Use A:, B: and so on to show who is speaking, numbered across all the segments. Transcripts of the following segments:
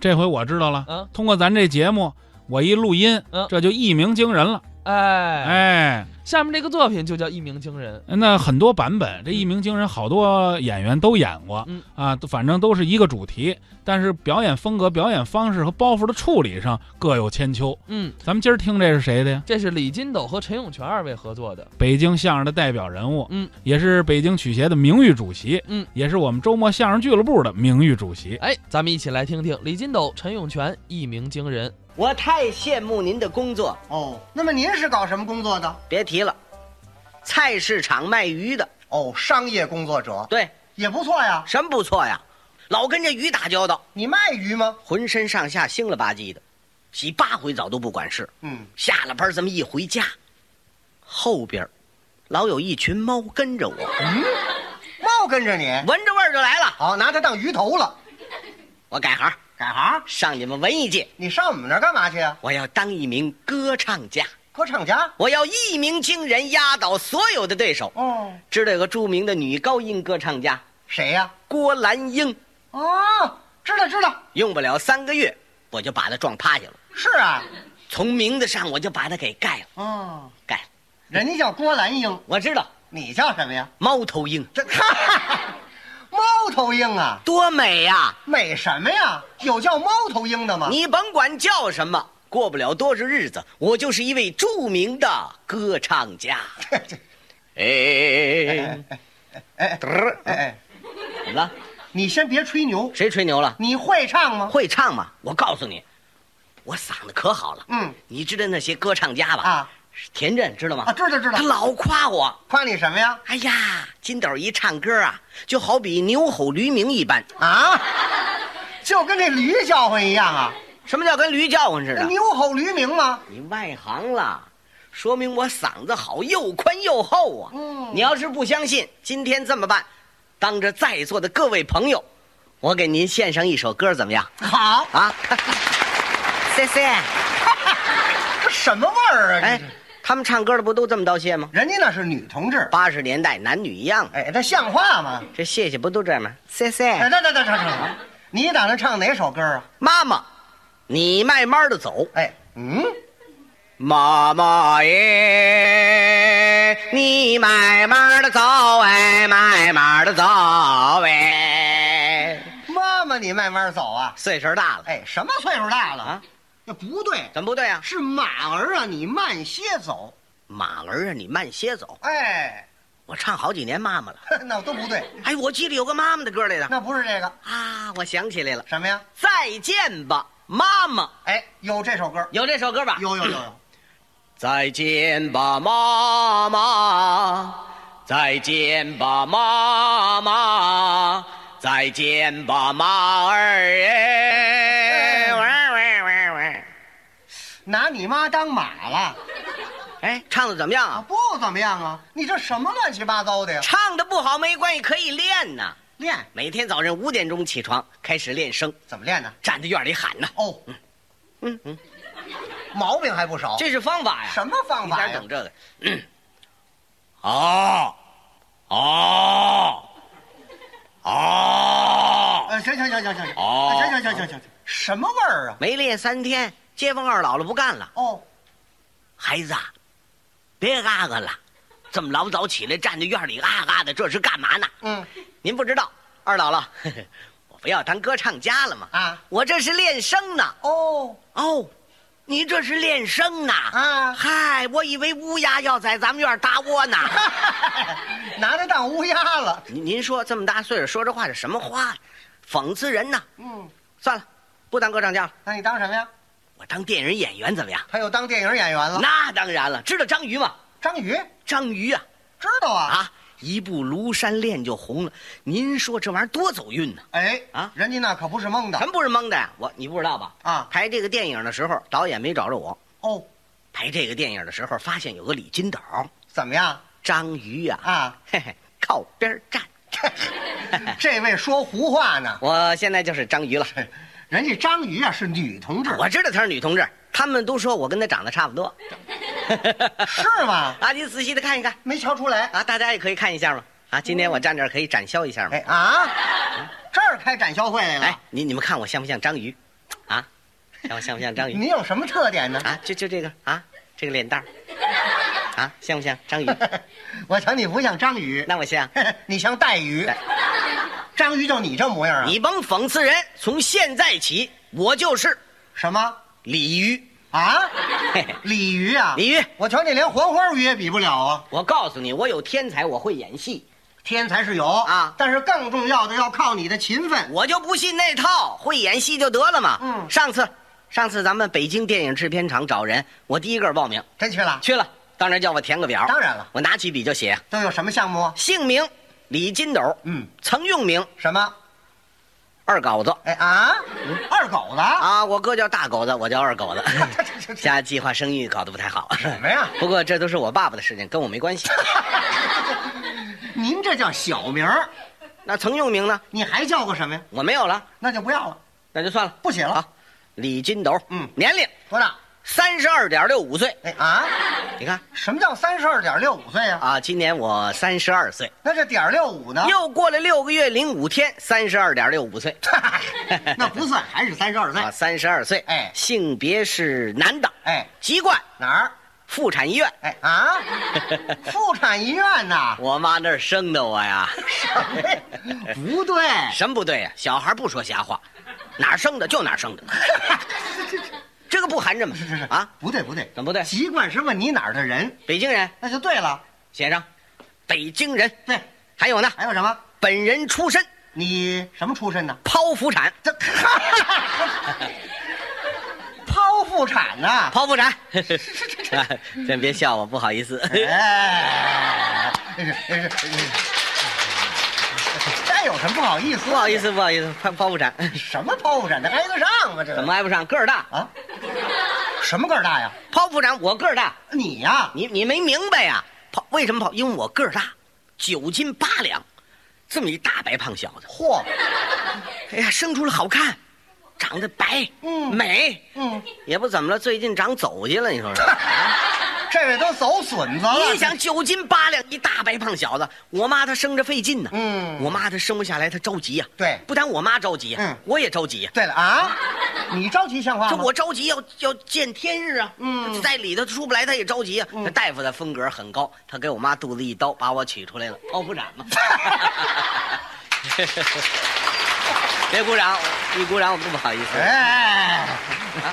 A: 这回我知道了，
B: 啊，
A: 通过咱这节目，我一录音
B: 嗯，
A: 这就一鸣惊人了。
B: 哎，
A: 哎，
B: 下面这个作品就叫《一鸣惊人》。
A: 那很多版本，这一鸣惊人，好多演员都演过
B: 嗯
A: 啊，都反正都是一个主题，但是表演风格、表演方式和包袱的处理上各有千秋。
B: 嗯，
A: 咱们今儿听这是谁的呀？
B: 这是李金斗和陈永泉二位合作的。
A: 北京相声的代表人物，
B: 嗯，
A: 也是北京曲协的名誉主席，
B: 嗯，
A: 也是我们周末相声俱乐部的名誉主席。
B: 哎，咱们一起来听听李金斗、陈永泉《一鸣惊人》。
C: 我太羡慕您的工作，
D: 哦，那么您是搞什么工作的？
C: 别提了，菜市场卖鱼的，
D: 哦，商业工作者，
C: 对，
D: 也不错呀。
C: 什么不错呀，老跟这鱼打交道，
D: 你卖鱼吗？
C: 浑身上下腥了吧唧的，洗八回澡都不管事。
D: 嗯，
C: 下了班这么一回家，后边儿老有一群猫跟着我，
D: 猫跟着你，
C: 闻着味儿就来了。
D: 好，拿它当鱼头了。
C: 我改行
D: 改行，
C: 上你们文艺界，
D: 你上我们那儿干嘛去呀、
C: 我要当一名歌唱家，
D: 歌唱家。
C: 我要一鸣惊人，压倒所有的对手。
D: 哦，
C: 知道有个著名的女高音歌唱家
D: 谁呀、
C: 郭兰英，
D: 哦，知道知道，
C: 用不了三个月，我就把她撞趴下了。
D: 是啊。
C: 从名字上我就把它给盖了，
D: 哦，
C: 盖了。
D: 人家叫郭兰英，
C: 我知道
D: 你叫什么呀？
C: 猫头鹰
D: 这哈哈哈，猫头鹰啊，
C: 多美呀、
D: 美什么呀？有叫猫头鹰的吗？
C: 你甭管叫什么，过不了多少日子，我就是一位著名的歌唱 家。
D: 这这，
C: 哎，
D: 哎哎哎哎，
C: 怎么了？
D: 你先别吹牛，
C: 谁吹牛了？
D: 你会唱吗？
C: 会唱吗？我告诉你，我嗓子可好了。
D: 嗯
C: 你知道那些歌唱家吧？
D: 啊，
C: 田震知道吗？
D: 啊知道知道
C: 他老夸我。
D: 夸你什么呀？
C: 哎呀，金斗一唱歌啊，就好比牛吼驴鸣一般。
D: 啊，就跟这驴叫唤一样啊，
C: 什么叫跟驴叫唤似的？
D: 牛吼驴鸣吗？
C: 你外行了，说明我嗓子好，又宽又厚啊。
D: 嗯
C: 你要是不相信，今天这么办，当着在座的各位朋友，我给您献上一首歌，怎么样？
D: 好，
C: 啊，C C，
D: 这什么味儿啊？
C: 哎
D: 哎，，
C: 他们唱歌的不都这么道谢吗？
D: 人家那是女同志，
C: 八十年代男女一样，
D: 哎，这像话吗？
C: 这谢谢不都这样吗？C
D: 哎，
C: C，
D: 等等等等等，你打算唱哪首歌啊？
C: 妈妈，你慢慢的走，
D: 哎，嗯，
C: 妈妈耶，你慢慢的走哎，慢慢的走哎。
D: 妈妈，你慢慢走啊。
C: 岁数大了，
D: 哎，什么岁数大了
C: 啊？
D: 这不对，
C: 怎么不对啊？
D: 是马儿啊，你慢些走。
C: 马儿啊，你慢些走。
D: 哎，
C: 我唱好几年妈妈了。
D: 呵那都不对，
C: 哎，我记得有个妈妈的歌来的
D: 那不是这个
C: 啊，我想起来了，
D: 什么呀？
C: 再见吧，妈妈，
D: 哎，有这首歌，
C: 有这首歌吧？
D: 有有有有。
C: 再见吧，妈妈！再见吧，妈妈！再见吧，妈儿耶！喂喂喂喂！
D: 拿你妈当马了
C: 哎，唱的怎么样
D: 啊？
C: 啊？
D: 不怎么样啊！你这什么乱七八糟的呀？
C: 唱的不好没关系，可以练呐。
D: 练
C: 每天早晨五点钟起床，开始练声，
D: 怎么练呢？
C: 站在院里喊呐。
D: 哦，
C: 嗯嗯，
D: 毛病还不少。
C: 这是方法呀。
D: 什么方
C: 你
D: 法
C: 在这
D: 呀
C: 等？这个。啊啊啊！
D: 呃，行行行行行行，
C: 哦
D: 行行行行行行，什么味儿啊？
C: 没练三天，街坊二老了不干了，
D: 哦，
C: 孩子啊，别啊啊了，这么老早起来站在院里啊啊的，这是干嘛呢？
D: 嗯
C: 您不知道，二姥姥，呵呵 我不要当歌唱家了吗？
D: 啊，
C: 我这是练声呢。
D: 哦
C: 哦，你这是练声呢？
D: 啊，
C: 嗨，我以为乌鸦要在咱们院搭窝 呢。
D: 拿它当乌鸦了。
C: 您您说这么大岁数说这话是什么话呀？讽刺人呢！
D: 嗯，
C: 算了，不当歌唱家了，
D: 那你当什么呀？
C: 我当电影演员怎么样？
D: 他又当电影演员了。
C: 那当然了，知道章鱼吗？
D: 章鱼
C: 章鱼啊，
D: 知道啊？
C: 啊，一部《庐山恋》就红了。您说这玩意儿多走运呢、
D: 哎
C: 啊
D: 人家那可不是蒙
C: 咱
D: 的
C: 不是蒙的呀，我你不知道吧？
D: 啊。
C: 拍这个电影的时候，导演没找着我。
D: 哦，
C: 拍这个电影的时候，发现有个李金斗，
D: 怎么样
C: 章鱼呀、
D: 啊？
C: 嘿嘿，靠边儿站。
D: 这位说胡话呢。
C: 我现在就是章鱼了。
D: 人家章鱼啊是女同志，
C: 我知道她是女同志，他们都说我跟她长得差不多。
D: 是吗？
C: 啊，你仔细的看一看
D: 没瞧出来。
C: 啊，大家也可以看一下嘛。啊，今天我站这儿可以
D: 嗯
C: 展销一下嘛
D: 哎哎。啊，这儿开展销会来了。
C: 哎，你你们看我像不像章鱼？啊，让我像不像章鱼
D: 你有什么特点呢？
C: 啊？就就这个啊，这个脸蛋儿啊，像不像章鱼？
D: 我瞧你不像章鱼，
C: 那我 像。
D: 你像带鱼
C: 带。
D: 章鱼就你这模样啊？
C: 你甭讽刺人，从现在起我就是
D: 什么
C: 鲤鱼。
D: 啊？
C: 嘿嘿
D: 鲤鱼啊？
C: 鲤鱼，
D: 我瞧你连黄花鱼也比不了啊！
C: 我告诉你，我有天才，我会演戏，
D: 天才是有
C: 啊
D: 但是更重要的要靠你的勤奋。
C: 我就不信那套，会演戏就得了嘛。
D: 嗯
C: 上次，上次咱们北京电影制片厂找人，我第一个报名
D: 真去了？
C: 去了，当然叫我填个表。
D: 当然了，
C: 我拿起笔就写
D: 都有什么项目啊？
C: 姓名李金斗，
D: 嗯，
C: 曾用名
D: 什么？
C: 二狗子
D: 哎啊，二狗子 啊？
C: 嗯啊，我哥叫大狗子，我叫二狗 子。
D: 这这这这
C: 家计划生育搞得不太好，
D: 什么呀？
C: 不过这都是我爸爸的事情，跟我没关系。
D: 您这叫小名儿，
C: 那曾用名呢？
D: 你还叫过什么呀？
C: 我没有了，
D: 那就不要了，
C: 那就算了。
D: 不写了。
C: 好李金斗，
D: 嗯
C: 年龄
D: 多大？
C: 三十二点六五岁。
D: 哎啊，
C: 你看
D: 什么叫三十二点六五岁呀、
C: 啊，今年我三十二岁，
D: 那这点儿六五呢？
C: 又过了六个月零五天，三十二点六五岁
D: 哎那不算，还是三十二岁
C: 啊，。三十二岁。
D: 哎
C: 性别是男的，
D: 哎，
C: 籍贯
D: 哪儿？
C: 妇产医院。
D: 哎 啊，妇产医院呐？
C: 我妈那儿生的我 呀，
D: 不对，
C: 什么不对呀、小孩不说瞎话，哪儿生的就哪儿生的， 这个不含着吗？啊，
D: 不对不对，
C: 怎么不对？
D: 籍贯是问你哪儿的人，
C: 北京人
D: 那就对了。
C: 写上，北京人。
D: 对，
C: 还有呢，
D: 还有什么？
C: 本人出身
D: 你什么出身呢？
C: 剖腹产，
D: 这 剖腹产呐、
C: 剖腹产，啊真别笑我，不好意思。
D: 哎， 这有什么不好意思？啊
C: 不好意，思，不好意思，剖剖腹产，
D: 什么剖腹产的挨得上啊吗？这
C: 怎么挨不上？个儿大，
D: 啊？什么个儿大呀？
C: 剖腹产我个儿大，
D: 你呀、
C: 你你没明白呀、剖为什么剖？因为我个儿大，九斤八两，这么一大白胖小子，
D: 嚯，
C: 哎呀，生出来好看，长得白，
D: 嗯
C: 美，
D: 嗯，
C: 也不怎么了，最近长走去了，你说 说。
D: 这位都走损子了。
C: 你想九斤八两一大白胖小子，我妈她生着费劲呢、
D: 嗯
C: 我妈她生不下来，她着急呀、
D: 对
C: 不但我妈着急呀、
D: 嗯
C: 我也着急呀、
D: 对了啊，你着急像话
C: 这
D: 吗？
C: 我着急要要见天日啊，嗯，在里头出不来，她也着急呀、那大夫的风格很高，他给我妈肚子一刀，把我取出来了，剖腹产嘛。 别鼓掌，一鼓掌我不好意思。
D: 哎，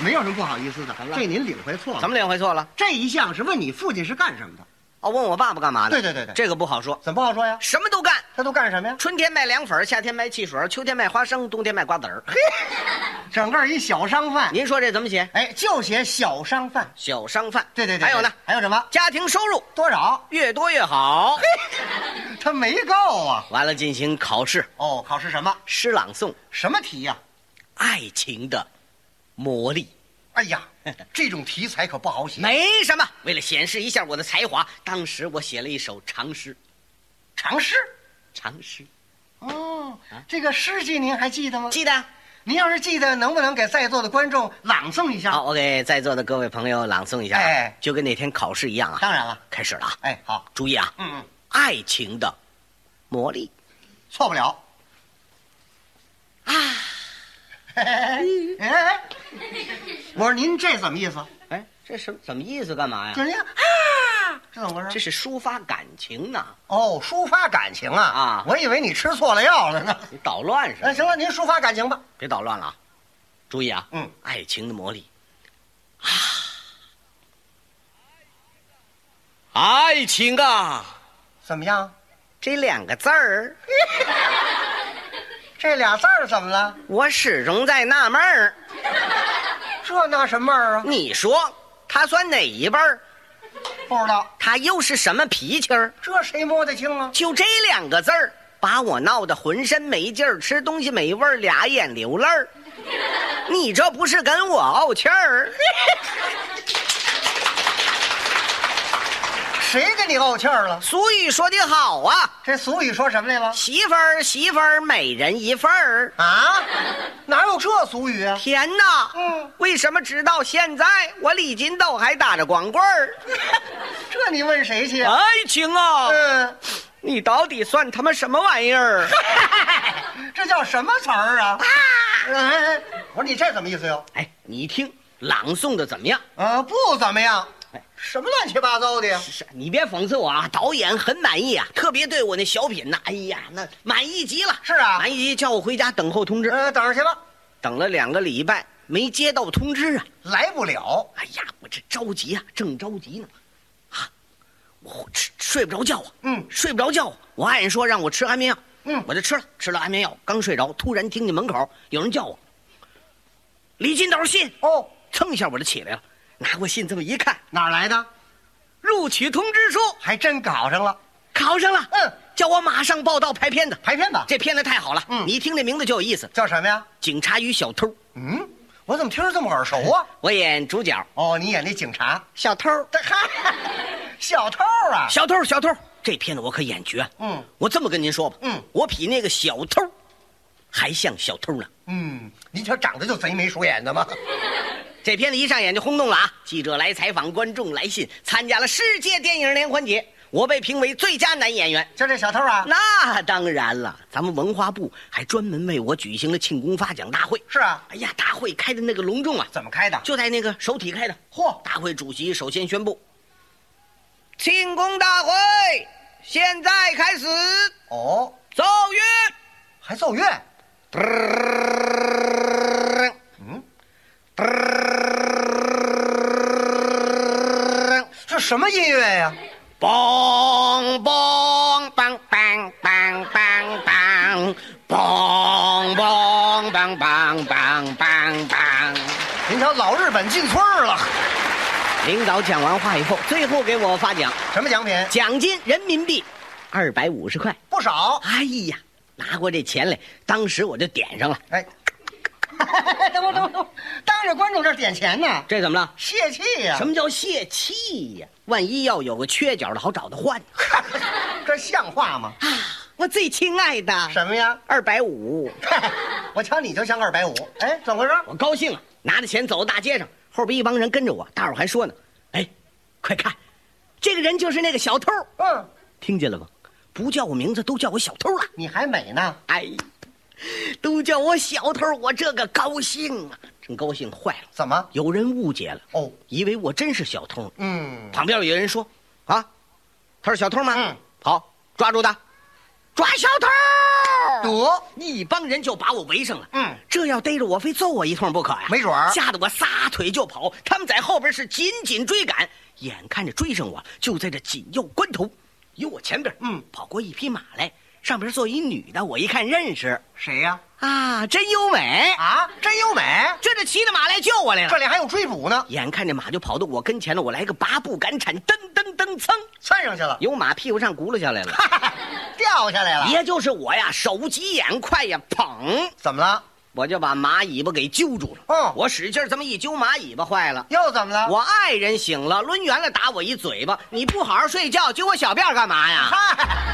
D: 没有什么不好意思的
C: 怎么，了
D: 这您领会错了。
C: 怎么领会错了？
D: 这一项是问你父亲是干什么的？
C: 哦，问我爸爸干嘛的？
D: 对对对对
C: 这个不好说，
D: 怎么不好说呀？
C: 什么都干。
D: 他都干什么呀？
C: 春天卖凉粉儿，夏天卖汽水儿，秋天卖花生，冬天卖瓜子儿。
D: 整个一小商贩，
C: 您说这怎么写？
D: 哎，就写小商贩。
C: 小商贩。
D: 对对对，
C: 还有呢，
D: 对，还有什么？
C: 家庭收入
D: 多少？
C: 越多越好。
D: 他没够啊！
C: 完了，进行考试，
D: 哦，考试什么
C: 诗朗诵《
D: 什么题呀、
C: 爱情的魔力
D: 哎 呀，这种题材可不好》。写。
C: 没什么，为了显示一下我的才华，当时我写了一首长诗。
D: 尝试
C: 长诗
D: 哦，这个诗句您还记得吗？
C: 记得啊
D: 您要是记得，能不能给在座的观众朗诵一下？
C: 好，我给在座的各位朋友朗诵一下啊，
D: 哎
C: 就跟那天考试一样啊。
D: 当然了，
C: 开始了啊，
D: 哎，好，
C: 注意啊，
D: 嗯嗯，
C: 爱情的魔力。
D: 错不了。啊，哎， 我说您这怎么意思？
C: 哎，这什么什么意思？干嘛呀
D: 就？是您啊，这怎么回
C: 这
D: 事？
C: 是抒发感情呢，
D: 哦，抒发感情啊
C: 啊
D: 我以为你吃错了药了呢。
C: 你捣哎乱是吧
D: 那？行了，您抒发感情吧。
C: 别捣乱了啊！注意啊，
D: 嗯，
C: 爱情的魔力，啊，爱情啊，
D: 怎么样？
C: 这两个字儿，
D: 这俩字儿怎么了？
C: 我始终在纳闷儿。
D: 这那什么儿啊？
C: 你说他算哪一辈儿？
D: 不知道，
C: 他又是什么脾气儿？
D: 这谁摸得清啊？
C: 就这两个字儿，把我闹得浑身没劲儿，吃东西没味儿，俩眼流泪儿。你这不是跟我怄气儿？
D: 谁跟你怄气儿了？
C: 俗语说得好啊，
D: 这俗语说什么来了？
C: 媳妇儿媳妇儿，每人一份儿。
D: 啊，哪有这俗语啊？
C: 天哪！
D: 嗯
C: 为什么直到现在我李金斗还打着光棍儿？
D: 这你问谁去？
C: 爱情啊，
D: 嗯，
C: 你到底算他妈什么玩意儿？
D: 这叫什么词儿啊？啊！哎，我说你这什么意思哟？
C: 哎，你一听朗诵的怎么样？
D: 啊，不怎么样
C: 哎，
D: 什么乱七八糟的呀？
C: 是是，你别讽刺我啊！导演很满意啊，特别对我那小品呐、哎呀，那满意极了。
D: 是啊
C: 满意极，叫我回家等候通知。
D: 呃，等着去吧，
C: 等了两个礼拜，没接到通知啊！
D: 来不了。
C: 哎呀，我这着急啊，正着急呢，啊，我吃睡不着觉啊，
D: 嗯
C: 睡不着觉啊。我爱人说让我吃安眠药，
D: 嗯
C: 我就吃了，吃了安眠药，刚睡着，突然听见门口有人叫我，李金斗信，
D: 哦，
C: 蹭一下我就起来了，拿过信这么一看，
D: 哪儿来的？
C: 录取通知书，
D: 还真搞上了，
C: 考上了，
D: 嗯，
C: 叫我马上报道拍片子。
D: 排片吧？
C: 这片子太好了，
D: 嗯
C: 你一听这名字就有意思，《
D: 叫什么呀？
C: 警察与小偷》，
D: 嗯，我怎么听着这么耳熟啊？
C: 我演主角
D: 哦，你演那警察，
C: 哎小偷，
D: 这嗨， 小偷啊！
C: 小偷，小偷，这片子我可演绝啊。
D: 嗯
C: 我这么跟您说吧，
D: 嗯，
C: 我比那个小偷还像小偷呢。
D: 嗯，您瞧长得就贼眉鼠眼的 嘛。
C: 这片子一上演就轰动了啊！记者来采访，观众来信，参加了世界电影联欢节，我被评为最佳男演员。
D: 就这小偷啊？
C: 那当然了，咱们文化部还专门为我举行了庆功发奖大会。
D: 是啊，
C: 哎呀，大会开的那个隆重啊，
D: 怎么开的？
C: 就在那个首体开的。
D: 嚯，
C: 大会主席首先宣布，庆功大会现在开始，
D: 哦，
C: 奏乐。
D: 还奏乐。嗯，这什么音乐呀、
C: 梆梆梆梆梆梆梆，梆梆梆梆梆梆梆。
D: 您瞧，老日本进村儿了，
C: 领导讲完话以后，最后给我发奖，
D: 什么奖品？
C: 奖金人民币二百五十块。
D: 不少。
C: 哎呀，拿过这钱来，当时我就点上了。
D: 哎， 等会儿等会儿等会儿，当着观众这儿点钱呢，
C: 这怎么了？
D: 泄气呀、
C: 什么叫泄气呀、万一要有个缺角的，好找他换。
D: 这像话吗？
C: 我最亲爱的，
D: 什么呀？
C: 二百五，
D: 我瞧你就像二百五。哎，怎么回事？
C: 我高兴啊，拿着钱走到大街上，后边一帮人跟着我，大伙儿还说呢：“哎，快看，这个人就是那个小偷，
D: 嗯，
C: 听见了吗？不叫我名字，都叫我小偷了。
D: 你还美呢。
C: 哎，都叫我小偷，我这个高兴啊，真高兴坏了。
D: 怎么？
C: 有人误解了，
D: 哦，
C: 以为我真是小偷呢。
D: 嗯，
C: 旁边有人说：‘啊，他是小偷吗？’
D: 嗯，
C: 好，抓住他，抓小偷！
D: 得，
C: 一帮人就把我围上了。
D: 嗯，
C: 这要逮着我，非揍我一通不可呀！
D: 没准儿
C: 吓得我撒腿就跑，他们在后边是紧紧追赶，眼看着追上我，就在这紧要关头，由我前边，
D: 嗯，
C: 跑过一匹马来，上边坐一女的，我一看认识
D: 谁呀、
C: 啊，真优美，
D: 啊，真优美，
C: 这就骑着马来救我来
D: 这
C: 了。
D: 里还有追捕呢，
C: 眼看着马就跑到我跟前了，我来个拔步赶铲，噔噔噔噌，
D: 窜上去了，
C: 由马屁股上轱辘下来了。
D: 掉下来了。
C: 也就是我呀，手疾眼快呀，砰，
D: 怎么了？
C: 我就把马尾巴给揪住了。
D: 嗯，
C: 我使劲儿这么一揪，马尾巴坏了。
D: 又怎么了？
C: 我爱人醒了，抡圆了打我一嘴巴。你不好好睡觉，揪我小辫儿干嘛呀？
D: 嗨。